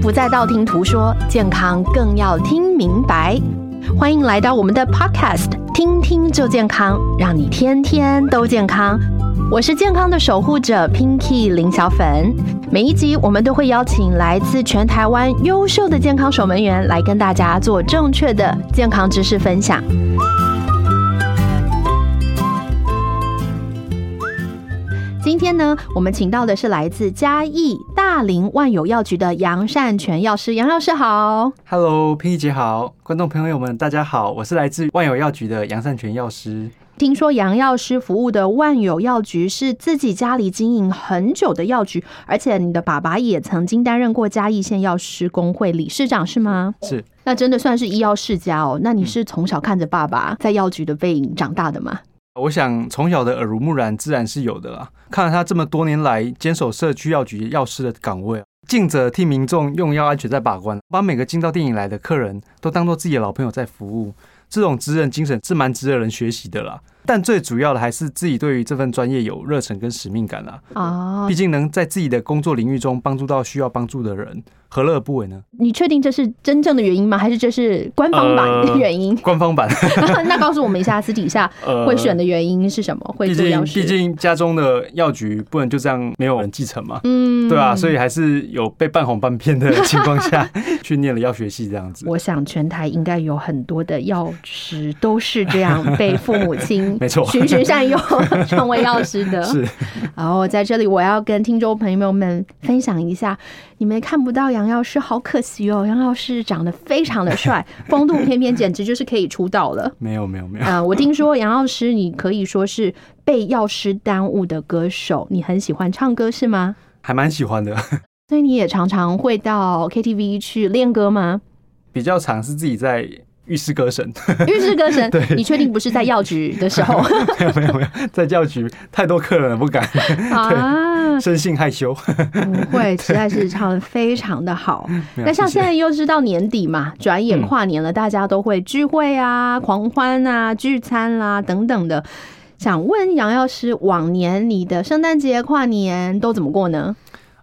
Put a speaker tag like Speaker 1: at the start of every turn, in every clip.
Speaker 1: 不再道听途说，健康更要听明白。欢迎来到我们的 Podcast，听听就健康，让你天天都健康。我是健康的守护者 Pinky 林小粉。每一集我们都会邀请来自全台湾优秀的健康守门员来跟大家做正确的健康知识分享。今天呢，我们请到的是来自嘉义大林万有药局的杨善全药师，杨药师好。
Speaker 2: Hello，拼一姐好，观众朋友们大家好，我是来自万有药局的杨善全药师。
Speaker 1: 听说杨药师服务的万有药局是自己家里经营很久的药局，而且你的爸爸也曾经担任过嘉义县药师工会理事长，是吗？
Speaker 2: 是，
Speaker 1: 那真的算是医药世家哦。那你是从小看着爸爸在药局的背影长大的吗？
Speaker 2: 我想从小的耳濡目染自然是有的啦。看了他这么多年来坚守社区药局药师的岗位，尽责替民众用药安全在把关，把每个进到店里来的客人都当做自己的老朋友在服务，这种职人精神是蛮值得人学习的啦。但最主要的还是自己对于这份专业有热忱跟使命感啦。
Speaker 1: 啊
Speaker 2: 毕，竟能在自己的工作领域中帮助到需要帮助的人，何乐而不为呢？
Speaker 1: 你确定这是真正的原因吗？还是这是官方版的
Speaker 2: 呃
Speaker 1: 原因？
Speaker 2: 官方版
Speaker 1: 那告诉我们一下，私底下
Speaker 2: 呃
Speaker 1: 会选的原因是什么？会
Speaker 2: 毕
Speaker 1: 做
Speaker 2: 竟
Speaker 1: 药师？
Speaker 2: 毕竟家中的药局不能就这样没有人继承嘛，
Speaker 1: 嗯
Speaker 2: 对啊，所以还是有被半哄半 骗的情况下去念了药学系这样子。
Speaker 1: 我想全台应该有很多的药师都是这样 被父母亲
Speaker 2: 没错
Speaker 1: 循循 善诱成为药师的。
Speaker 2: 是，
Speaker 1: 然后在这里我要跟听众朋友们分享一下，你们看不到杨药师好可惜哦，杨药师长得非常的 帅，风度翩翩，简直就是可以出道了。
Speaker 2: 没有没有没有，
Speaker 1: 啊、我听说杨药师你可以说是被药师耽误的歌手，你很喜欢唱歌是吗？
Speaker 2: 还蛮喜欢的。
Speaker 1: 所以你也常常会到 KTV 去练歌吗？
Speaker 2: 比较常是自己在浴室歌神，
Speaker 1: 浴室歌神
Speaker 2: 对，
Speaker 1: 你确定不是在药局的 时候
Speaker 2: 没有没有没有，在药局太多客人了，不敢，
Speaker 1: 啊？
Speaker 2: 生性害羞。
Speaker 1: 不嗯会，实在是唱的非常的好。
Speaker 2: 没有
Speaker 1: 那像
Speaker 2: 谢谢
Speaker 1: 现
Speaker 2: 嗯
Speaker 1: 在又是到年底嘛，转眼跨年了，大家都会聚会啊、狂欢啊、聚餐啦、等等的。想问杨药师，往年你的圣诞节、跨年都怎么过呢？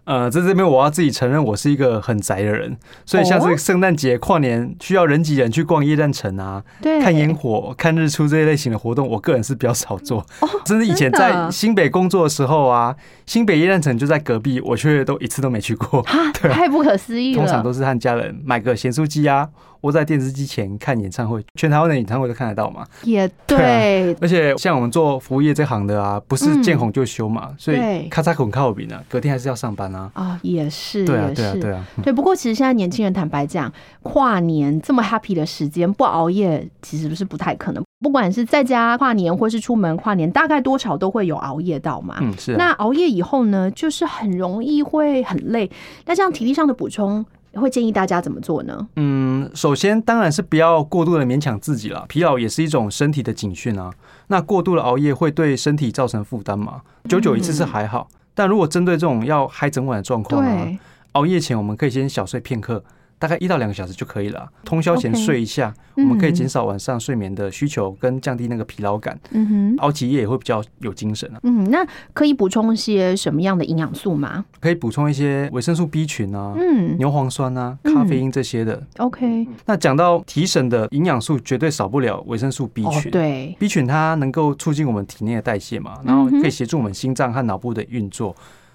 Speaker 2: 呃，在这边我要自己承认，我是一个很宅的人，所以像
Speaker 1: 哦
Speaker 2: 是圣诞节、跨年需要人挤人去逛夜战城啊，
Speaker 1: 对，
Speaker 2: 看烟火、看日出这一类型的活动，我个人是比较少做。
Speaker 1: 哦
Speaker 2: 甚至以前
Speaker 1: 真的
Speaker 2: 在新北工作的时候啊，新北夜战城就在隔壁，我却都一次都没去 过。
Speaker 1: 啊，太不可思议了。
Speaker 2: 通常都是和家人买个咸酥鸡啊，窝在电视机前看演唱会，全台湾的演唱会都看得到嘛。
Speaker 1: 也对
Speaker 2: 对，啊而且像我们做服务业这行的啊，不是见红就休嘛，所
Speaker 1: 嗯对
Speaker 2: 以咔嚓捆靠饼啊，隔天还是要上班啊。
Speaker 1: 啊、也是，
Speaker 2: 对啊
Speaker 1: 也，
Speaker 2: 对啊，
Speaker 1: 是
Speaker 2: 对啊，
Speaker 1: 对，不过其实现在年轻人坦白讲，跨年这么 happy 的时间不熬夜，其实是不太可能。不管是在家跨年，或是出门跨年，大概多少都会有熬夜到嘛。
Speaker 2: 嗯，是啊。
Speaker 1: 那熬夜以后呢，就是很容易会很累。那这样体力上的补充，会建议大家怎么做呢？
Speaker 2: 嗯，首先当然是不要过度的勉强自己了，疲劳也是一种身体的警讯啊。那过度的熬夜会对身体造成负担嘛？久久一次是还好，但如果针对这种要嗨整晚的状况啊，
Speaker 1: 嗯对，
Speaker 2: 熬夜前我们可以先小睡片刻，大概一到两个小时就可以了啊。通宵前
Speaker 1: OK
Speaker 2: 睡一下我们可以
Speaker 1: 嗯
Speaker 2: 减少晚上睡眠的需求，跟降低那个疲劳感，
Speaker 1: 嗯哼。
Speaker 2: 熬起夜也会比较有精神啊。
Speaker 1: 嗯，那可以补充一些什么样的营养素吗？
Speaker 2: 可以补充一些维生素 B 群啊、
Speaker 1: 嗯
Speaker 2: 牛磺酸啊、
Speaker 1: 嗯
Speaker 2: 咖啡因这些的。
Speaker 1: ，OK，
Speaker 2: 那讲到提神的营养素，绝对少不了维生素 B
Speaker 1: 哦
Speaker 2: 群。，
Speaker 1: 对，
Speaker 2: B 群它能够促进我们体内的代谢
Speaker 1: 嗯
Speaker 2: 嘛，然后可以协助我们心脏和脑部的运作，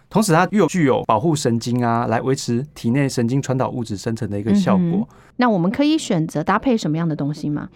Speaker 2: 同时它又具有保护神经啊，来维持体内神经传导物质生成的一个效
Speaker 1: 嗯
Speaker 2: 果。
Speaker 1: 那我们可以选择搭配什么样的东西吗？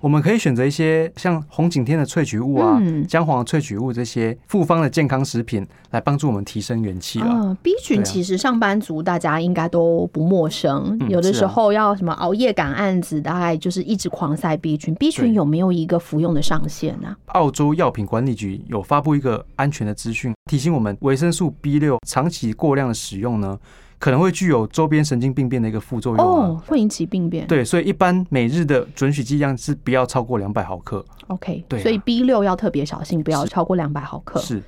Speaker 2: 我们可以选择一些像红景天的萃取物啊、
Speaker 1: 嗯
Speaker 2: 姜黄的萃取物这些复方的健康食品，来帮助我们提升元气啊。
Speaker 1: 嗯、b 群
Speaker 2: 对啊
Speaker 1: 其实上班族大家应该都不陌生，
Speaker 2: 嗯
Speaker 1: 有的
Speaker 2: 是啊
Speaker 1: 时候要什么熬夜赶案子，大概就是一直狂塞 B 群。B 群
Speaker 2: 对
Speaker 1: 有没有一个服用的上限啊？
Speaker 2: 澳洲药品管理局有发布一个安全的资讯，提醒我们维生素 B 六长期过量的使用呢，可能会具有周边神经病变的一个副作用、啊。
Speaker 1: 哦，会引起病变。
Speaker 2: 对，所以一般每日的准许剂量是不要超过两百毫克。
Speaker 1: ，OK，
Speaker 2: 对啊
Speaker 1: 所以 B 六要特别小心，不要超过两百毫克。
Speaker 2: 是，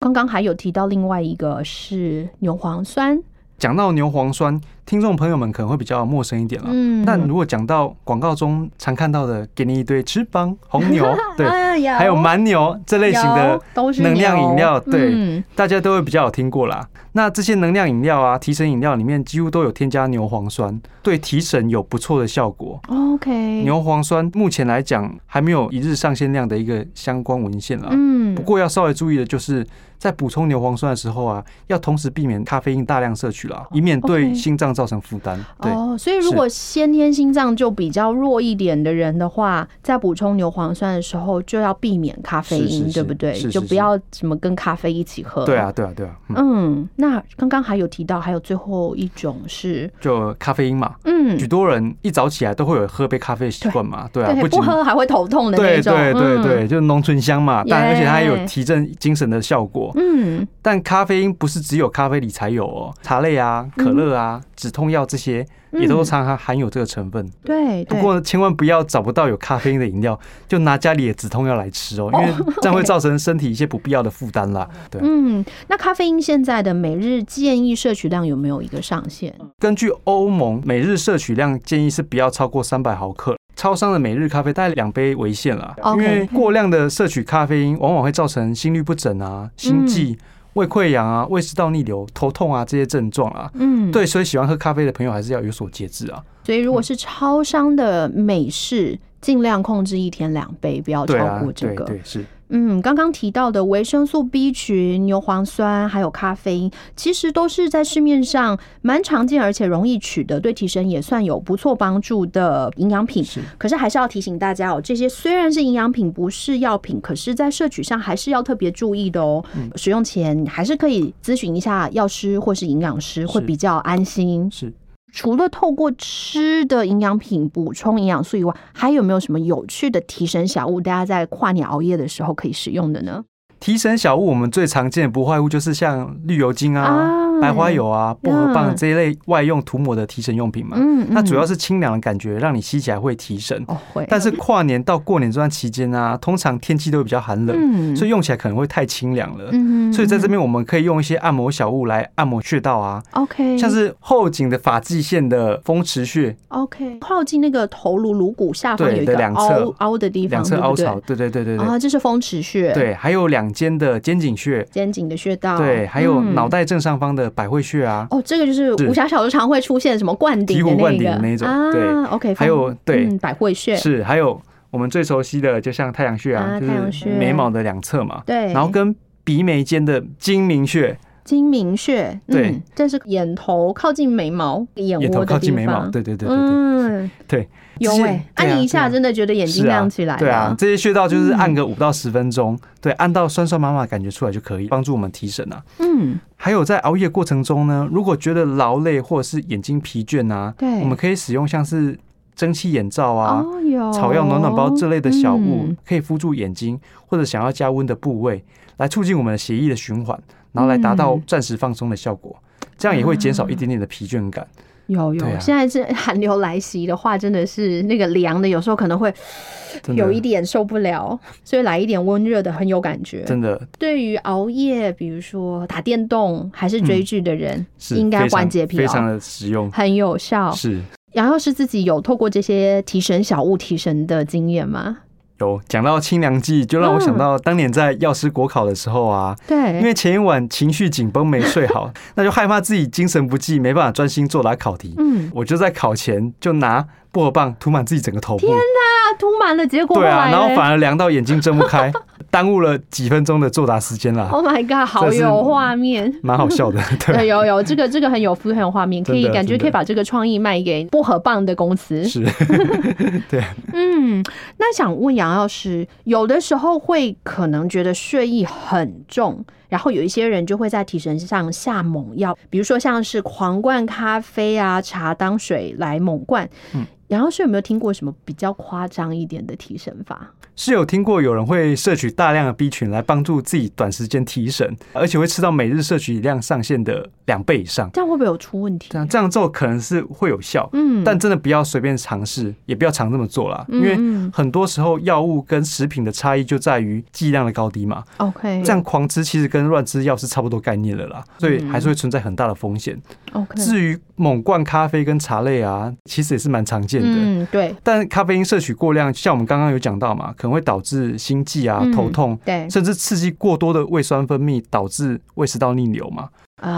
Speaker 1: 刚刚还有提到另外一个是牛磺酸，
Speaker 2: 讲到牛磺酸，听众朋友们可能会比较陌生一点了。
Speaker 1: 嗯，
Speaker 2: 但如果讲到广告中常看到的，给你一堆翅膀、红 牛，对，
Speaker 1: 哎有
Speaker 2: 还有蛮牛这类型的
Speaker 1: 有，都是
Speaker 2: 能量饮料
Speaker 1: 牛
Speaker 2: 对
Speaker 1: 嗯
Speaker 2: 大家都会比较有听过啦。那这些能量饮料啊、提神饮料里面几乎都有添加牛磺酸，对提神有不错的效果。
Speaker 1: ，OK，
Speaker 2: 牛磺酸目前来讲还没有一日上限量的一个相关文献啦。
Speaker 1: 嗯
Speaker 2: 啊不过要稍微注意的就是，在补充牛磺酸的时候啊，要同时避免咖啡因大量摄取啦，以免对
Speaker 1: 哦 OK
Speaker 2: 心脏造成负担。对，
Speaker 1: 哦，所以如果先天心脏就比较弱一点的人的话，在补充牛磺酸的时候就要避免咖啡因，
Speaker 2: 是是是
Speaker 1: 对不对？
Speaker 2: 是是
Speaker 1: 就不要什么跟咖啡一起喝。
Speaker 2: 对啊，。对啊，对啊，嗯，
Speaker 1: 嗯，那刚刚还有提到，还有最后一种是，
Speaker 2: 就咖啡因嘛，
Speaker 1: 嗯，
Speaker 2: 许多人一早起来都会有喝杯咖啡的习惯嘛，对啊，
Speaker 1: 对，不
Speaker 2: 仅
Speaker 1: 喝还会头痛的那
Speaker 2: 对
Speaker 1: 种。
Speaker 2: 对对
Speaker 1: 嗯，
Speaker 2: 对，就是浓醇香嘛，但
Speaker 1: 耶
Speaker 2: 而且它也有提振精神的效果。
Speaker 1: 嗯，
Speaker 2: 但咖啡因不是只有咖啡里才有哦，茶类啊、可乐啊、止痛药这些也都
Speaker 1: 嗯
Speaker 2: 常常含有这个成分。
Speaker 1: 对
Speaker 2: 不
Speaker 1: 对。
Speaker 2: 过千万不要找不到有咖啡因的饮料就拿家里的止痛药来吃哦，因为这样会造成身体一些不必要的 负担啦。对啊，
Speaker 1: 嗯，那咖啡因现在的每日建议摄取量有没有一个上限？
Speaker 2: 根据欧盟每日摄取量建议是不要超过三百毫克，超商的每日咖啡大概两杯为限了。因
Speaker 1: OK
Speaker 2: 为过量的摄取咖啡因往往会造成心律不整啊、心
Speaker 1: 嗯
Speaker 2: 悸、胃溃疡啊、胃食道逆流、头痛啊这些症状啊。
Speaker 1: 嗯，。
Speaker 2: 对，所以喜欢喝咖啡的朋友还是要有所节制啊。
Speaker 1: 所以如果是超商的美式，尽量控制一天两杯，不要
Speaker 2: 对
Speaker 1: 超
Speaker 2: 啊
Speaker 1: 过，这
Speaker 2: 对
Speaker 1: 个。
Speaker 2: 对是，
Speaker 1: 嗯，刚刚提到的维生素 B 群、牛磺酸还有咖啡因，其实都是在市面上蛮常见而且容易取得，对提升也算有不错帮助的营养品。
Speaker 2: 是
Speaker 1: 可是还是要提醒大家哦，这些虽然是营养品，不是药品，可是在摄取上还是要特别注意的哦。
Speaker 2: 嗯
Speaker 1: 使用前还是可以咨询一下药师或是营养师，会
Speaker 2: 是
Speaker 1: 比较安心。
Speaker 2: 是。
Speaker 1: 除了透过吃的营养品补充营养素以外，还有没有什么有趣的提神小物？大家在跨年熬夜的时候可以使用的呢？
Speaker 2: 提神小物，我们最常见的不外乎就是像绿油精啊、
Speaker 1: 啊
Speaker 2: 白花油啊、薄荷
Speaker 1: 嗯
Speaker 2: 棒这一类外用涂抹的提神用品嘛。
Speaker 1: 嗯，
Speaker 2: 它主要
Speaker 1: 是
Speaker 2: 是清凉的感觉，让你吸起来会提神。
Speaker 1: 哦会，
Speaker 2: 但是跨年到过年这段期间啊，通常天气都会比较寒冷，
Speaker 1: 嗯
Speaker 2: 所
Speaker 1: 以
Speaker 2: 以用起来可能会太清凉了。
Speaker 1: 嗯
Speaker 2: 所以在这边，我们可以用一些按摩小物来按摩穴道啊，
Speaker 1: OK，
Speaker 2: 像是后颈的发际线的风池穴
Speaker 1: OK 靠近那个头颅颅骨下方
Speaker 2: 对
Speaker 1: 有一
Speaker 2: 的
Speaker 1: 个
Speaker 2: 两
Speaker 1: 凹
Speaker 2: 侧
Speaker 1: 凹的地方，
Speaker 2: 两侧
Speaker 1: 对不
Speaker 2: 凹
Speaker 1: 对
Speaker 2: 槽，对对对对对
Speaker 1: 啊，这是风池穴，，
Speaker 2: 对，还有两肩的肩颈穴，
Speaker 1: 肩颈的穴道，
Speaker 2: 对，还有
Speaker 1: 嗯
Speaker 2: 脑袋正上方的百会穴啊，
Speaker 1: 哦，这个就是
Speaker 2: 是
Speaker 1: 武侠小说常会出现什么灌顶
Speaker 2: 醍
Speaker 1: 的
Speaker 2: 醐灌
Speaker 1: 那
Speaker 2: 顶
Speaker 1: 个
Speaker 2: 的那种
Speaker 1: 啊
Speaker 2: 对
Speaker 1: ，OK，
Speaker 2: 还有
Speaker 1: 风
Speaker 2: 对
Speaker 1: 嗯百会穴，
Speaker 2: 是，还有我们最熟悉的就像太阳穴
Speaker 1: 啊
Speaker 2: 啊，就
Speaker 1: 太阳
Speaker 2: 是
Speaker 1: 穴
Speaker 2: 眉毛的两侧嘛，
Speaker 1: 对，
Speaker 2: 然后跟鼻眉间的睛明穴，
Speaker 1: 睛明穴，
Speaker 2: 对
Speaker 1: 嗯，这是眼头靠近眉毛，眼
Speaker 2: 眼
Speaker 1: 窝
Speaker 2: 头
Speaker 1: 的
Speaker 2: 靠
Speaker 1: 地
Speaker 2: 近眉毛，
Speaker 1: 方。
Speaker 2: 对对对对对。
Speaker 1: 嗯，
Speaker 2: 对，
Speaker 1: 有
Speaker 2: 这些
Speaker 1: 哎，
Speaker 2: 对啊
Speaker 1: 按你一下
Speaker 2: 对啊
Speaker 1: 真的觉得眼睛
Speaker 2: 是啊
Speaker 1: 亮起来
Speaker 2: 对啊
Speaker 1: 了，。
Speaker 2: 这些穴道
Speaker 1: 嗯
Speaker 2: 就是按个五到十分钟，对，按到酸酸麻麻的感觉出来就可以，帮助我们提神啊。
Speaker 1: 嗯，
Speaker 2: 还有在熬夜过程中呢，如果觉得劳累或者是眼睛疲倦啊，
Speaker 1: 对
Speaker 2: 我们可以使用像是蒸汽眼罩啊、
Speaker 1: 哦有
Speaker 2: 草药暖暖包这类的小物，
Speaker 1: 哦嗯
Speaker 2: 可以敷住眼睛或者想要加温的部位，来促进我们的血液的循环，然后来达到
Speaker 1: 嗯
Speaker 2: 暂时放松的效果。这样也会减少一点点的疲倦感，
Speaker 1: 有有
Speaker 2: 对，啊
Speaker 1: 现在是 寒流来袭的话，真的是那个凉的，有时候可能会
Speaker 2: 真的
Speaker 1: 有一点受不了，所以来一点温热的很有感觉。
Speaker 2: 真的
Speaker 1: 对于熬夜，比如说打电动还是追剧的人，
Speaker 2: 嗯是
Speaker 1: 应该
Speaker 2: 非常
Speaker 1: 缓解疲
Speaker 2: 非常
Speaker 1: 劳，
Speaker 2: 的实用，
Speaker 1: 哦很有效。
Speaker 2: 是。
Speaker 1: 杨药师自己有透过这些提神小物提神的经验吗？
Speaker 2: 有讲到清凉剂，就让我想到当年在药师国考的时候啊，因
Speaker 1: 嗯对，
Speaker 2: 为前一晚情绪紧绷没睡好， 那就害怕自己精神不济，没办法专心作答考题。
Speaker 1: 嗯，
Speaker 2: 我就在考前就拿薄荷棒涂满自己整个头部，
Speaker 1: 那涂满了，结果后
Speaker 2: 对啊，
Speaker 1: 来
Speaker 2: 然后
Speaker 1: 嘞
Speaker 2: 反而凉到眼睛睁不 开，耽误了几分钟的作答时间啦，
Speaker 1: ，Oh my god，好
Speaker 2: 这是
Speaker 1: 有画面。
Speaker 2: 蛮好 笑的。
Speaker 1: 对，
Speaker 2: 对，
Speaker 1: 有有这个这个很有 feel，很有画面，可以
Speaker 2: 真的
Speaker 1: 感觉
Speaker 2: 真的
Speaker 1: 可以把这个创意卖给薄荷棒的公司。
Speaker 2: 是对，
Speaker 1: 嗯，那想问杨药师，有的时候会可能觉得睡意很重，然后有一些人就会在提神上下猛药，比如说像是狂灌咖啡啊、茶当水来猛灌。
Speaker 2: 嗯
Speaker 1: 杨药师有没有听过什么比较夸张一点的提神法？
Speaker 2: 是有听过有人会摄取大量的 B 群来帮助自己短时间提神，而且会吃到每日摄取量上限的两倍以上。
Speaker 1: 这样会不会有出问题
Speaker 2: 这？样这样做可能是会有效，
Speaker 1: 嗯
Speaker 2: 但真的不要随便尝试，也不要常这么做啦，因为
Speaker 1: 嗯嗯
Speaker 2: 很多时候药物跟食品的差异就在于剂量的高低嘛。
Speaker 1: OK
Speaker 2: 这样狂吃其实跟乱吃药是差不多概念了啦，所
Speaker 1: 嗯
Speaker 2: 以还是会存在很大的风险。
Speaker 1: OK
Speaker 2: 至于猛灌咖啡跟茶类啊，其实也是蛮常见的。
Speaker 1: 嗯对
Speaker 2: 但咖啡因摄取过量，像我们刚刚有讲到嘛，可能会导致心悸啊、
Speaker 1: 嗯
Speaker 2: 头痛，
Speaker 1: 对
Speaker 2: 甚至刺激过多的胃酸分泌，导致胃食道逆流嘛。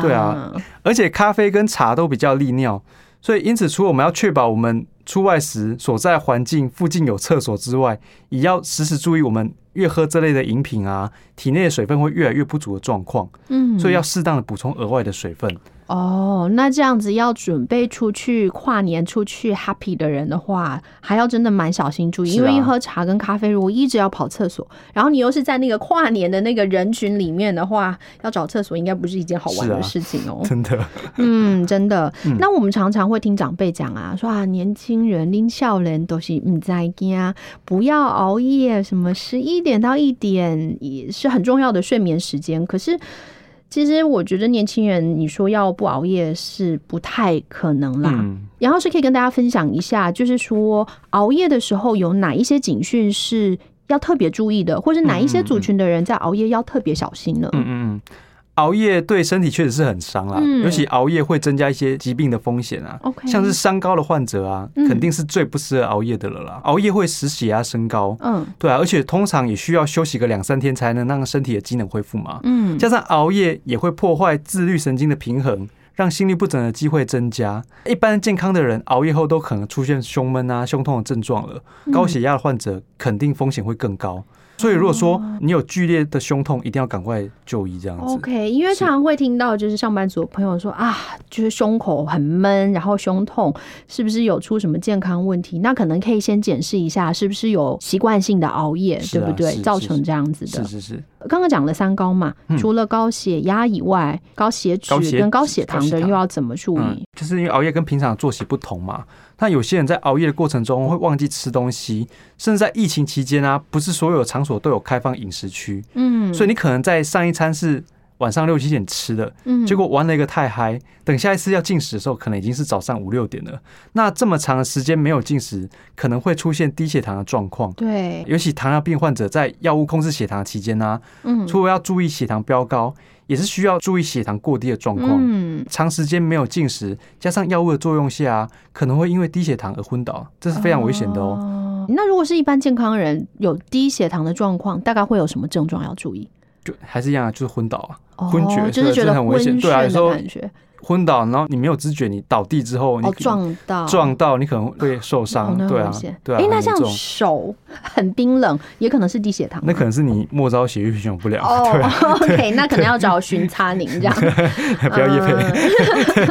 Speaker 2: 对啊而且咖啡跟茶都比较利尿，所以因此，除了我们要确保我们出外时所在环境附近有厕所之外，也要时时注意我们越喝这类的饮品啊，体内的水分会越来越不足的状况，
Speaker 1: 嗯，
Speaker 2: 所以要适当的补充额外的水分。
Speaker 1: 哦，那这样子要准备出去跨年出去 happy 的人的话，还要真的蛮小心注意，
Speaker 2: 是
Speaker 1: 因
Speaker 2: 啊
Speaker 1: 为一喝茶跟咖啡，如果一直要跑厕所，然后你又是在那个跨年的那个人群里面的话，要找厕所应该不是一件好玩
Speaker 2: 是
Speaker 1: 的
Speaker 2: 啊
Speaker 1: 事情哦。
Speaker 2: 真的，
Speaker 1: 嗯，真的。
Speaker 2: 嗯
Speaker 1: 那我们常常会听长辈讲啊，说啊，年轻人、拎笑人都是唔在家，不要熬夜，什么十一点到一点也是很重要的睡眠时间。可是，其实我觉得年轻人，你说要不熬夜是不太可能啦。
Speaker 2: 嗯，
Speaker 1: 然后是可以跟大家分享一下，就是说熬夜的时候有哪一些警讯是要特别注意的，或者哪一些族群的人在熬夜要特别小心呢？
Speaker 2: 嗯嗯嗯，熬夜对身体确实是很伤啦，
Speaker 1: 嗯
Speaker 2: 尤其熬夜会增加一些疾病的风险啊。
Speaker 1: OK
Speaker 2: 像是三高的患者啊，
Speaker 1: 嗯
Speaker 2: 肯定是最不适合熬夜的了啦。熬夜会使血压升高，
Speaker 1: 嗯
Speaker 2: 对啊，而且通常也需要休息个两三天才能让身体的机能恢复嘛。
Speaker 1: 嗯
Speaker 2: 加上熬夜也会破坏自律神经的平衡，让心律不整的机会增加。一般健康的人熬夜后都可能出现胸闷啊、胸痛的症状了。
Speaker 1: 嗯
Speaker 2: 高血压的患者肯定风险会更高。所以如果说
Speaker 1: 哦
Speaker 2: 你有剧烈的胸痛，一定要赶快就医这样子。
Speaker 1: OK，因为
Speaker 2: 是
Speaker 1: 常常会听到就是上班族的朋友说啊，就是胸口很闷，然后胸痛，是不是有出什么健康问题？那可能可以先检视一下，是不是有习惯性的熬夜，
Speaker 2: 是
Speaker 1: 对
Speaker 2: 啊
Speaker 1: 不对？
Speaker 2: 是是
Speaker 1: 造成这样子
Speaker 2: 是
Speaker 1: 的。
Speaker 2: 是是，
Speaker 1: 刚刚讲了三高嘛，
Speaker 2: 嗯
Speaker 1: 除了高血压以外，高血脂
Speaker 2: 高血
Speaker 1: 跟高血糖
Speaker 2: 高
Speaker 1: 的
Speaker 2: 血
Speaker 1: 又
Speaker 2: 糖
Speaker 1: 要怎么注
Speaker 2: 嗯
Speaker 1: 意？，
Speaker 2: 就是因为熬夜跟平常的作息不同嘛。那有些人在熬夜的过程中会忘记吃东西，甚至在疫情期间啊，不是所有场所都有开放饮食区，
Speaker 1: 嗯，
Speaker 2: 所以你可能在上一餐是晚上六七点吃的，
Speaker 1: 嗯
Speaker 2: 结果玩了一个太嗨，等下一次要进食的时候，可能已经是早上五六点了。那这么长的时间没有进食，可能会出现低血糖的状况。
Speaker 1: 对，
Speaker 2: 尤其糖尿病患者在药物控制血糖期间呢、
Speaker 1: 嗯
Speaker 2: 除了要注意血糖飙高，也是需要注意血糖过低的状况。
Speaker 1: 嗯，
Speaker 2: 长时间没有进食，加上药物的作用下、啊，可能会因为低血糖而昏倒，这是非常危险的哦。
Speaker 1: 哦。那如果是一般健康人有低血糖的状况，大概会有什么症状要注意？
Speaker 2: 就还是一样啊，就是昏倒啊，
Speaker 1: 哦
Speaker 2: 昏厥
Speaker 1: 就是
Speaker 2: 对
Speaker 1: 觉
Speaker 2: 这
Speaker 1: 得
Speaker 2: 很危
Speaker 1: 昏
Speaker 2: 险
Speaker 1: 眩
Speaker 2: 对啊有时
Speaker 1: 的
Speaker 2: 候
Speaker 1: 感觉，
Speaker 2: 昏倒，然后你没有知觉，你倒地之后，你
Speaker 1: 哦
Speaker 2: 可，
Speaker 1: 撞到
Speaker 2: 撞到，你可能会受
Speaker 1: 哦
Speaker 2: 伤，
Speaker 1: 那很
Speaker 2: 对啊
Speaker 1: 危险，
Speaker 2: 对啊，
Speaker 1: 诶那
Speaker 2: 很严
Speaker 1: 像
Speaker 2: 重
Speaker 1: 手很冰冷，也可能是低血糖吗。
Speaker 2: 那可能是你末梢血液循环不良，
Speaker 1: 哦
Speaker 2: 对啊，
Speaker 1: ，OK，那可能要找巡查您这样，
Speaker 2: 不要夜配，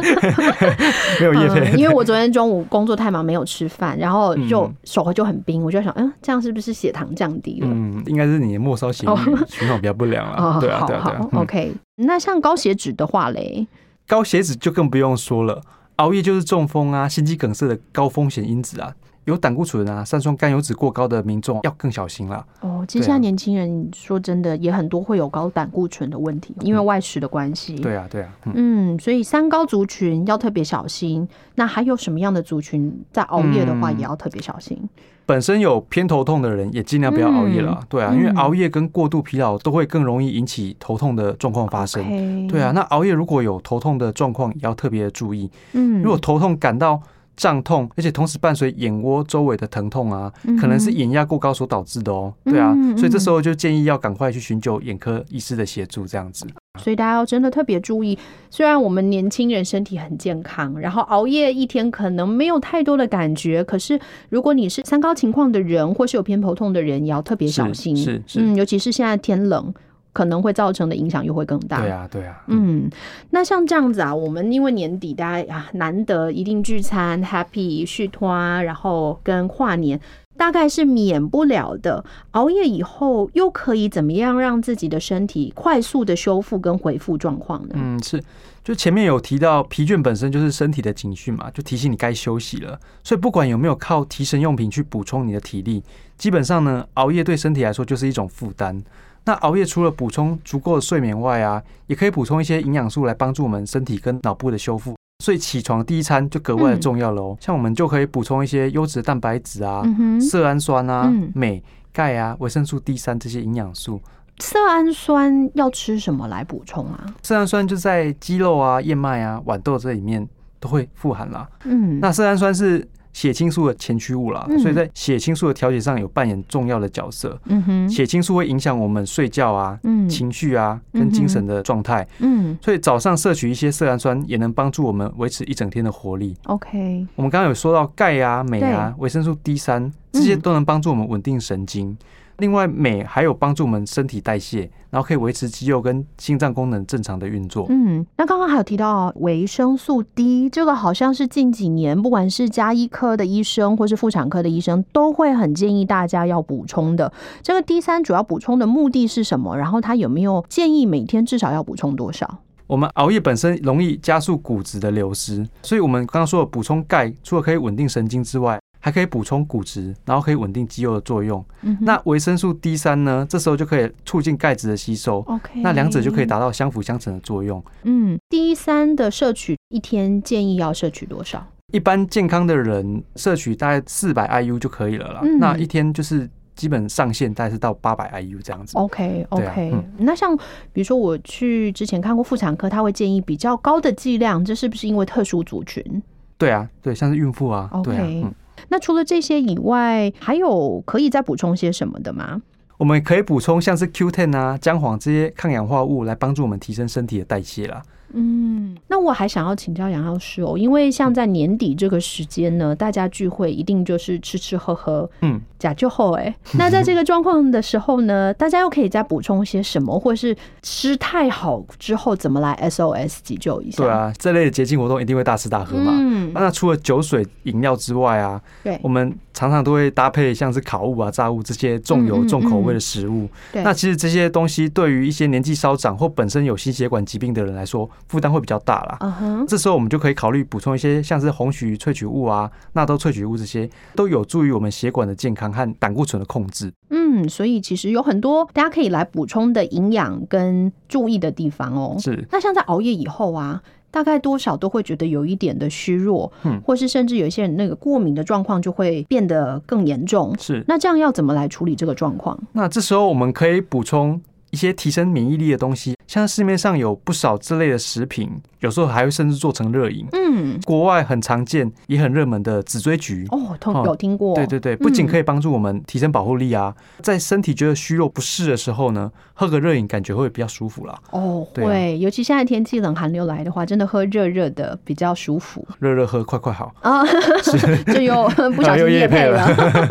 Speaker 2: 没有夜
Speaker 1: 嗯，
Speaker 2: 配，
Speaker 1: 因为我昨天中午工作太忙，没有吃饭，然后就
Speaker 2: 嗯
Speaker 1: 手就很冰，我就想，嗯，这样是不是血糖降低了？
Speaker 2: 嗯，应该是你的末梢血液循环比较不良
Speaker 1: 哦
Speaker 2: 啦，，对啊，
Speaker 1: 好
Speaker 2: 对啊，对
Speaker 1: 好
Speaker 2: 啊，嗯
Speaker 1: ，OK。那像高血脂的话嘞，
Speaker 2: 高血脂就更不用说了，熬夜就是中风啊、心肌梗塞的高风险因子啊。有胆固醇啊、三酸甘油脂过高的民众要更小心啦。
Speaker 1: 哦，其实
Speaker 2: 对啊
Speaker 1: 现在年轻人说真的也很多会有高胆固醇的问题，因为外食的关系。
Speaker 2: 嗯对啊，对啊，嗯
Speaker 1: 嗯，所以三高族群要特别小心。那还有什么样的族群在熬夜的话
Speaker 2: 嗯
Speaker 1: 也要特别小心？
Speaker 2: 本身有偏头痛的人也尽量不要熬夜了。对啊，因为
Speaker 1: 嗯
Speaker 2: 熬夜跟过度疲劳都会更容易引起头痛的状况发生。
Speaker 1: OK
Speaker 2: 对啊，，那熬夜如果有头痛的状况，也要特别注意。
Speaker 1: 嗯，
Speaker 2: 如果头痛感到胀痛，而且同时伴随眼窝周围的疼痛啊，可能是
Speaker 1: 嗯
Speaker 2: 眼压过高所导致的哦。对啊
Speaker 1: 嗯嗯，
Speaker 2: 所以这时候就建议要赶快去寻求眼科医师的协助，这样子。
Speaker 1: 所以大家要真的特别注意。虽然我们年轻人身体很健康，然后熬夜一天可能没有太多的感觉，可是如果你是三高情况的人，或是有偏头痛的人，也要特别小心。
Speaker 2: 是是是
Speaker 1: 嗯，尤其是现在天冷，可能会造成的影响又会更大。
Speaker 2: 对啊，对啊，嗯，
Speaker 1: 嗯，那像这样子啊，我们因为年底大家啊难得一定聚餐，happy 续托啊，然后跟跨年，大概是免不了的。熬夜以后又可以怎么样让自己的身体快速的修复跟恢复状况呢？
Speaker 2: 嗯是。就前面有提到，疲倦本身就是身体的警讯嘛，就提醒你该休息了。所以不管有没有靠提神用品去补充你的体力，基本上呢，熬夜对身体来说就是一种负担。那熬夜除了补充足够的睡眠外啊，也可以补充一些营养素来帮助我们身体跟脑部的修复。所以起床第一餐就格
Speaker 1: 嗯
Speaker 2: 外的重要了哦。像我们就可以补充一些优质的蛋白质啊、
Speaker 1: 嗯哼，
Speaker 2: 色氨酸啊、
Speaker 1: 嗯
Speaker 2: 镁、钙啊、维生素 D 三这些营养素。
Speaker 1: 色氨酸要吃什么来补充啊？
Speaker 2: 色氨酸就在鸡肉啊、燕麦啊、豌豆这里面都会富含啦。
Speaker 1: 嗯，
Speaker 2: 那色氨酸是血清素的前驱物啦，
Speaker 1: 嗯
Speaker 2: 所以在血清素的调节上有扮演重要的角色。
Speaker 1: 嗯哼，
Speaker 2: 血清素会影响我们睡觉啊、
Speaker 1: 嗯
Speaker 2: 情绪啊
Speaker 1: 嗯
Speaker 2: 跟精神的状态，
Speaker 1: 嗯
Speaker 2: 所以早上摄取一些色氨酸也能帮助我们维持一整天的活力。
Speaker 1: ，OK，
Speaker 2: 我们刚刚有说到钙啊、镁啊、维生素 D 三这些都能帮助我们稳定神经。另外，镁还有帮助我们身体代谢，然后可以维持肌肉跟心脏功能正常的运作。
Speaker 1: 嗯，那刚刚还有提到维生素 D，这个好像是近几年不管是加医科的医生或是妇产科的医生都会很建议大家要补充的。这个 D 三主要补充的目的是什么？然后它有没有建议每天至少要补充多少？
Speaker 2: 我们熬夜本身容易加速骨质的流失，所以我们刚刚说的补充钙，除了可以稳定神经之外，还可以补充骨质，然后可以稳定肌肉的作用。
Speaker 1: 嗯哼
Speaker 2: 那维生素 D 三呢？这时候就可以促进钙质的吸收，
Speaker 1: OK，
Speaker 2: 那两者就可以达到相辅相成的作用。
Speaker 1: 嗯，D 三的摄取一天建议要摄取多少？
Speaker 2: 一般健康的人摄取大概四百 IU 就可以了啦，
Speaker 1: 嗯
Speaker 2: 那一天就是基本上限大概是到八百 IU 这样子。
Speaker 1: OK
Speaker 2: 对啊
Speaker 1: OK，、
Speaker 2: 嗯
Speaker 1: 那像比如说我去之前看过妇产科，他会建议比较高的剂量，这是不是因为特殊族群？
Speaker 2: 对啊，对，像是孕妇啊
Speaker 1: OK
Speaker 2: 对啊，嗯，
Speaker 1: 那除了这些以外，还有可以再补充些什么的吗？
Speaker 2: 我们可以补充像是 Q10 啊、姜黄这些抗氧化物来帮助我们提升身体的代谢啦。
Speaker 1: 嗯，那我还想要请教杨药师哦，因为像在年底这个时间呢，大家聚会一定就是吃吃喝喝，
Speaker 2: 嗯，
Speaker 1: 假就后哎。 那在这个状况的时候呢，大家又可以再补充些什么，或是吃太好之后怎么来 SOS 急救一下？
Speaker 2: 对，啊，这类的节庆活动一定会大吃大喝嘛。啊
Speaker 1: 嗯，
Speaker 2: 那除了酒水、饮料之外啊，
Speaker 1: 对
Speaker 2: 我，们常常都会搭配像是烤物啊、炸物这些重
Speaker 1: 嗯
Speaker 2: 油、
Speaker 1: 嗯
Speaker 2: 重口味的食物。
Speaker 1: 对
Speaker 2: 那其实这些东西对于一些年纪稍长或本身有心血管疾病的人来说，负担会比较大啦。
Speaker 1: 嗯哼，
Speaker 2: 这时候我们就可以考虑补充一些像是红曲萃取物啊、纳豆萃取物这些，都有助于我们血管的健康和胆固醇的控制。
Speaker 1: 嗯，所以其实有很多大家可以来补充的营养跟注意的地方哦。
Speaker 2: 是
Speaker 1: 那像在熬夜以后啊，大概多少都会觉得有一点的虚弱，
Speaker 2: 嗯
Speaker 1: 或是甚至有一些人那个过敏的状况就会变得更严重。
Speaker 2: 是，
Speaker 1: 那这样要怎么来处理这个状况？
Speaker 2: 那这时候我们可以补充一些提升免疫力的东西，像市面上有不少这类的食品，有时候还会甚至做成热饮。
Speaker 1: 嗯，
Speaker 2: 国外很常见也很热门的紫锥菊。
Speaker 1: 哦，通
Speaker 2: 哦
Speaker 1: 有听过，
Speaker 2: 对对对，不仅
Speaker 1: 嗯
Speaker 2: 可以帮助我们提升保护力啊，在身体觉得虚弱不适的时候呢，喝个热饮感觉会比较舒服啦，
Speaker 1: 哦，
Speaker 2: 对啊
Speaker 1: 会，尤其现在天气冷寒流来的话，真的喝热热的比较舒服
Speaker 2: 热热喝快快好。
Speaker 1: 啊， 就 又不小
Speaker 2: 啊又
Speaker 1: 心
Speaker 2: 业
Speaker 1: 夜
Speaker 2: 配
Speaker 1: 配
Speaker 2: 了
Speaker 1: 了。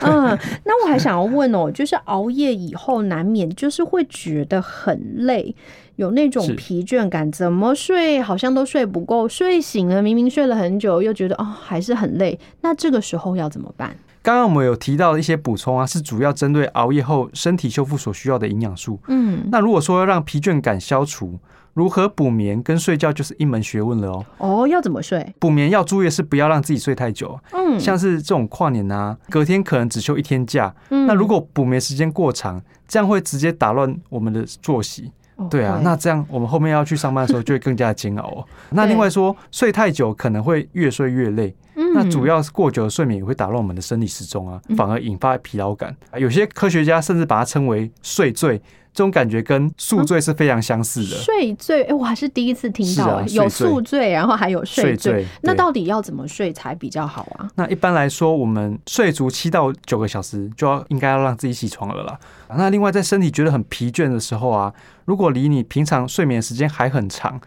Speaker 1: 嗯，那我还想要问哦，就是熬夜以后难免就是会觉得很累，有那种
Speaker 2: 是
Speaker 1: 疲倦感，怎么睡好像都睡不够，睡醒了明明睡了很久，又觉得哦还是很累，那这个时候要怎么办？
Speaker 2: 刚刚我们有提到一些补充啊，是主要针对熬夜后身体修复所需要的营养素。
Speaker 1: 嗯，
Speaker 2: 那如果说要让疲倦感消除，如何补眠跟睡觉就是一门学问了哦。
Speaker 1: 哦，要怎么睡？
Speaker 2: 补眠要注意的是不要让自己睡太久，
Speaker 1: 嗯，
Speaker 2: 像是这种跨年啊，隔天可能只休一天假，那
Speaker 1: 那
Speaker 2: 如果补眠时间过长，这样会直接打乱我们的作息。
Speaker 1: 哦
Speaker 2: 对啊，那这样我们后面要去上班的时候就会更加的煎熬 哦。那另外说，睡太久可能会越睡越累，那主
Speaker 1: 要
Speaker 2: 要是过久的睡眠也会打乱我们的生理时钟啊
Speaker 1: 嗯，
Speaker 2: 反而引发疲劳感。啊有些科学家甚至把它称为睡醉，这种感觉跟宿醉是非常相似的。
Speaker 1: 睡醉，哎，我还是第一次听
Speaker 2: 是
Speaker 1: 到，
Speaker 2: 啊
Speaker 1: 哎
Speaker 2: 睡
Speaker 1: 有
Speaker 2: 醉
Speaker 1: 宿醉，然后还有
Speaker 2: 睡
Speaker 1: 醉，
Speaker 2: 醉，
Speaker 1: 那
Speaker 2: 对
Speaker 1: 到底要怎么睡才比较好啊？
Speaker 2: 那一般来说，我们睡足七到九个小时就要应该要让自己起床了啦。那另外，在身体觉得很疲倦的时候啊，如果离你平常睡眠时间还很长，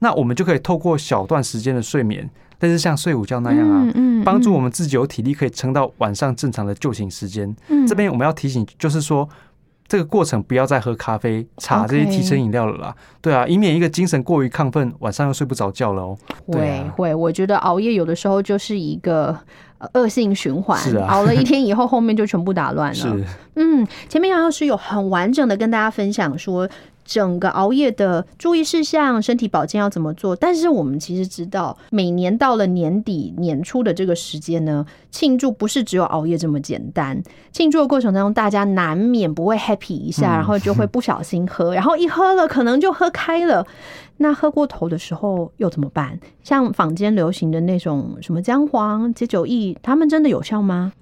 Speaker 2: 那我们就可以透过小段时间的睡眠，但是像睡午觉那样啊，
Speaker 1: 嗯
Speaker 2: 帮助我
Speaker 1: 们、
Speaker 2: 们自己有体力可以撑到晚上正常的就寝时间。
Speaker 1: 嗯
Speaker 2: 这边我们要提醒，就是说。这个过程不要再喝咖啡、茶这些
Speaker 1: OK
Speaker 2: 提神饮料了啦对啊，以免一个精神过于亢奋，晚上又睡不着觉了哦。对
Speaker 1: 会
Speaker 2: 啊
Speaker 1: 会，我觉得熬夜有的时候就是一个呃恶性循环，
Speaker 2: 是啊
Speaker 1: 熬了一天以后，后面就全部打乱了。
Speaker 2: 是，
Speaker 1: 嗯，前面杨老师有很完整的跟大家分享说，整个熬夜的注意事项、身体保健要怎么做。但是我们其实知道，每年到了年底、年初的这个时间呢，庆祝不是只有熬夜这么简单。庆祝的过程当中，大家难免不会 happy 一下，
Speaker 2: 嗯
Speaker 1: 然后就会不小心喝，然后一喝了可能就喝开了。那喝过头的时候又怎么办？像坊间流行的那种什么姜黄、解酒液，他们真的有效吗？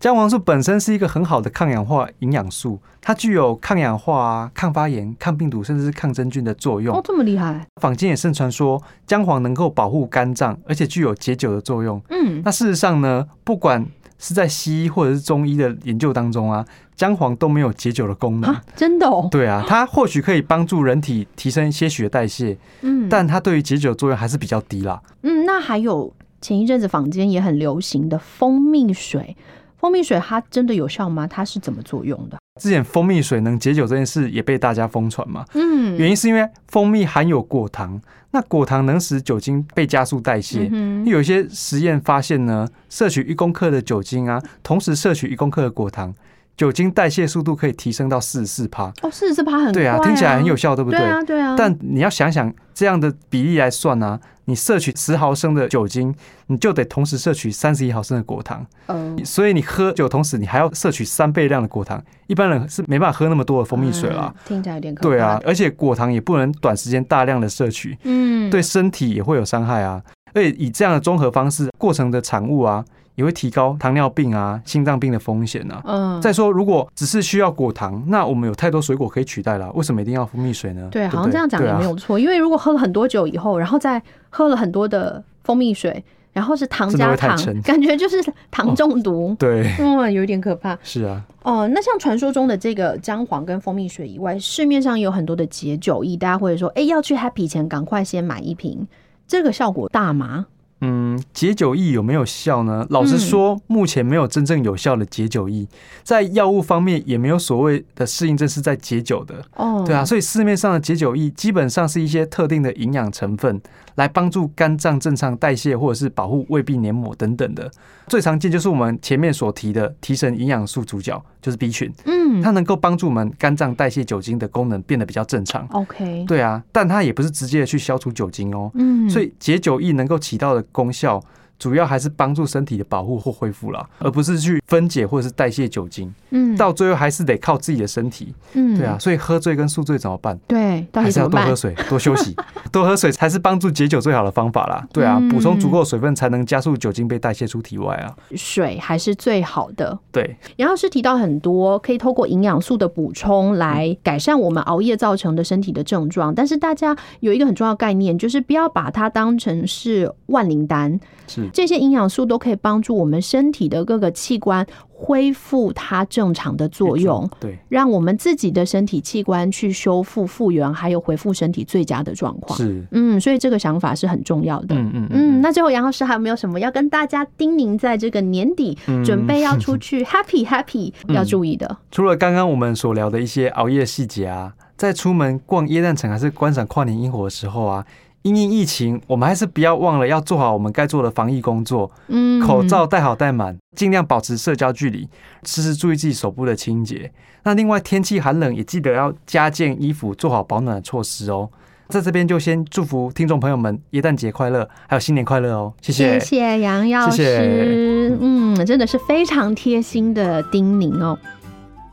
Speaker 2: 姜黄素本身是一个很好的抗氧化营养素，它具有抗氧化啊、抗发炎、抗病毒，甚至是抗真菌的作用
Speaker 1: 哦，。这么厉害，
Speaker 2: 坊间也盛传说姜黄能够保护肝脏，而且具有解酒的作用。
Speaker 1: 嗯，
Speaker 2: 那事实上呢，不管是在西医或者是中医的研究当中啊，姜黄都没有解酒的功能
Speaker 1: 啊。，真的哦，
Speaker 2: 对啊，它或许可以帮助人体提升些许的代谢，
Speaker 1: 嗯，
Speaker 2: 但它对于解酒作用还是比较低啦。
Speaker 1: 嗯，那还有前一阵子坊间也很流行的蜂蜜水，蜂蜜水它真的有效吗？它是怎么作用的？
Speaker 2: 之前蜂蜜水能解酒这件事也被大家疯传嘛，
Speaker 1: 嗯
Speaker 2: 原因是因为蜂蜜含有果糖，那果糖能使酒精被加速代谢。
Speaker 1: 嗯哼
Speaker 2: 有一些实验发现呢，摄取一公克的酒精啊，同时摄取一公克的果糖，酒精代谢速度可以提升到四十四趴。
Speaker 1: 哦，四十四趴很
Speaker 2: 对啊，
Speaker 1: 快
Speaker 2: 听起来很有效，对不
Speaker 1: 对啊，对啊，
Speaker 2: 但你要想想这样的比例来算啊，你摄取十毫升的酒精，你就得同时摄取三十一毫升的果糖，
Speaker 1: 呃
Speaker 2: 所以你喝酒同时你还要摄取三倍量的果糖，一般人是没办法喝那么多的蜂蜜水啦。
Speaker 1: 嗯听起来有点可怕。
Speaker 2: 对啊，，而且果糖也不能短时间大量的摄取，
Speaker 1: 嗯，
Speaker 2: 对，身体也会有伤害啊。而且以这样的综合方式过程的产物啊，也会提高糖尿病啊、心脏病的风险啊。
Speaker 1: 嗯，
Speaker 2: 再说，如果只是需要果糖，那我们有太多水果可以取代了，为什么一定要蜂蜜水呢？
Speaker 1: 对，
Speaker 2: 不
Speaker 1: 好像这样讲
Speaker 2: 对
Speaker 1: 也
Speaker 2: 啊
Speaker 1: 没有错，因为如果喝了很多酒以后，然后再喝了很多的蜂蜜水，然后是糖
Speaker 2: 真的
Speaker 1: 加
Speaker 2: 会太
Speaker 1: 糖
Speaker 2: 沉，哦
Speaker 1: 感觉就是糖中毒。
Speaker 2: 对，
Speaker 1: 嗯，有点可怕
Speaker 2: 是啊，
Speaker 1: 哦。那像传说中的这个姜黄跟蜂蜜水以外，市面上有很多的解酒液，大家会说，哎、要去 Happy 前赶快先买一瓶，这个效果大吗？
Speaker 2: 嗯，解酒液有没有效呢？老实
Speaker 1: 嗯
Speaker 2: 说，目前没有真正有效的解酒液，在药物方面也没有所谓的适应症是在解酒的，
Speaker 1: 哦，
Speaker 2: 对啊，，所以市面上的解酒液基本上是一些特定的营养成分来帮助肝脏正常代谢，或者是保护胃壁黏膜等等的。最常见就是我们前面所提的提神营养素主角，就是 B 群，
Speaker 1: 嗯
Speaker 2: 它能够帮助我们肝脏代谢酒精的功能变得比较正常。
Speaker 1: ，OK，
Speaker 2: 对啊，但它也不是直接的去消除酒精哦，
Speaker 1: 嗯，
Speaker 2: 所以解酒液能够起到的功效，主要还是帮助身体的保护或恢复啦，而不是去分解或者是代谢酒精，
Speaker 1: 嗯，
Speaker 2: 到最后还是得靠自己的身体。
Speaker 1: 嗯，
Speaker 2: 对啊，，所以喝醉跟宿醉怎么办？
Speaker 1: 对，到
Speaker 2: 还
Speaker 1: 底
Speaker 2: 是
Speaker 1: 怎
Speaker 2: 要
Speaker 1: 么
Speaker 2: 多
Speaker 1: 办
Speaker 2: 喝？水、多休 息、多喝水，才是帮助解酒最好的方法啦。对啊
Speaker 1: 嗯，
Speaker 2: 补充足够的水分，才能加速酒精被代谢出体外啊。
Speaker 1: 水还是最好的，
Speaker 2: 对，
Speaker 1: 然后是提到很多可以透过营养素的补充
Speaker 2: 嗯
Speaker 1: 来改善我们熬夜造成的身体的症状，但是大家有一个很重要的概念，就是不要把它当成是万灵丹，
Speaker 2: 是
Speaker 1: 这些营养素都可以帮助我们身体的各个器官恢复它正常的作用。。
Speaker 2: 对，
Speaker 1: 让我们自己的身体器官去修复、复原，还有恢复身体最佳的状况。
Speaker 2: 是，
Speaker 1: 嗯，所以这个想法是很重要的。
Speaker 2: 嗯嗯
Speaker 1: 嗯，，那最后杨老师还有没有什么要跟大家叮咛，在这个年底
Speaker 2: 嗯
Speaker 1: 准备要出去 happy happy
Speaker 2: 嗯
Speaker 1: 要注意的？
Speaker 2: 除了刚刚我们所聊的一些熬夜细节啊，在出门逛耶诞城还是观赏跨年烟火的时候啊，因应疫情，我们还是不要忘了要做好我们该做的防疫工作，
Speaker 1: 嗯，
Speaker 2: 口罩戴好戴满，尽量保持社交距离，时时注意自己手部的清洁。那另外天气寒冷，也记得要加件衣服，做好保暖的措施哦。在这边就先祝福听众朋友们耶诞节快乐，还有新年快乐哦，谢
Speaker 1: 谢谢杨药师，
Speaker 2: 谢谢
Speaker 1: 嗯，真的是非常贴心的叮咛哦。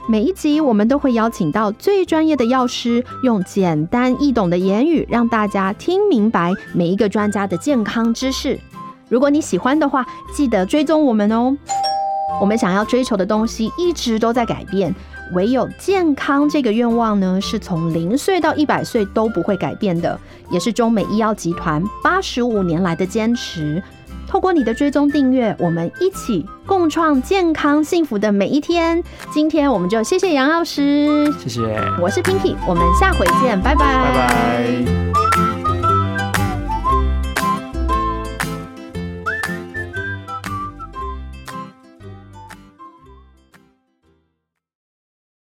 Speaker 1: 每一集我们都会邀请到最专业的药师，用简单易懂的言语让大家听明白每一个专家的健康知识。如果你喜欢的话，记得追踪我们哦。我们想要追求的东西一直都在改变，唯有健康这个愿望呢，是从零岁到一百岁都不会改变的，也是中美医药集团八十五年来的坚持。透过你的追踪订阅，我们一起共创健康幸福的每一天。今天我们就谢谢杨老师，
Speaker 2: 谢谢，
Speaker 1: 我是 Pinky，我们下回见，拜拜
Speaker 2: 拜拜。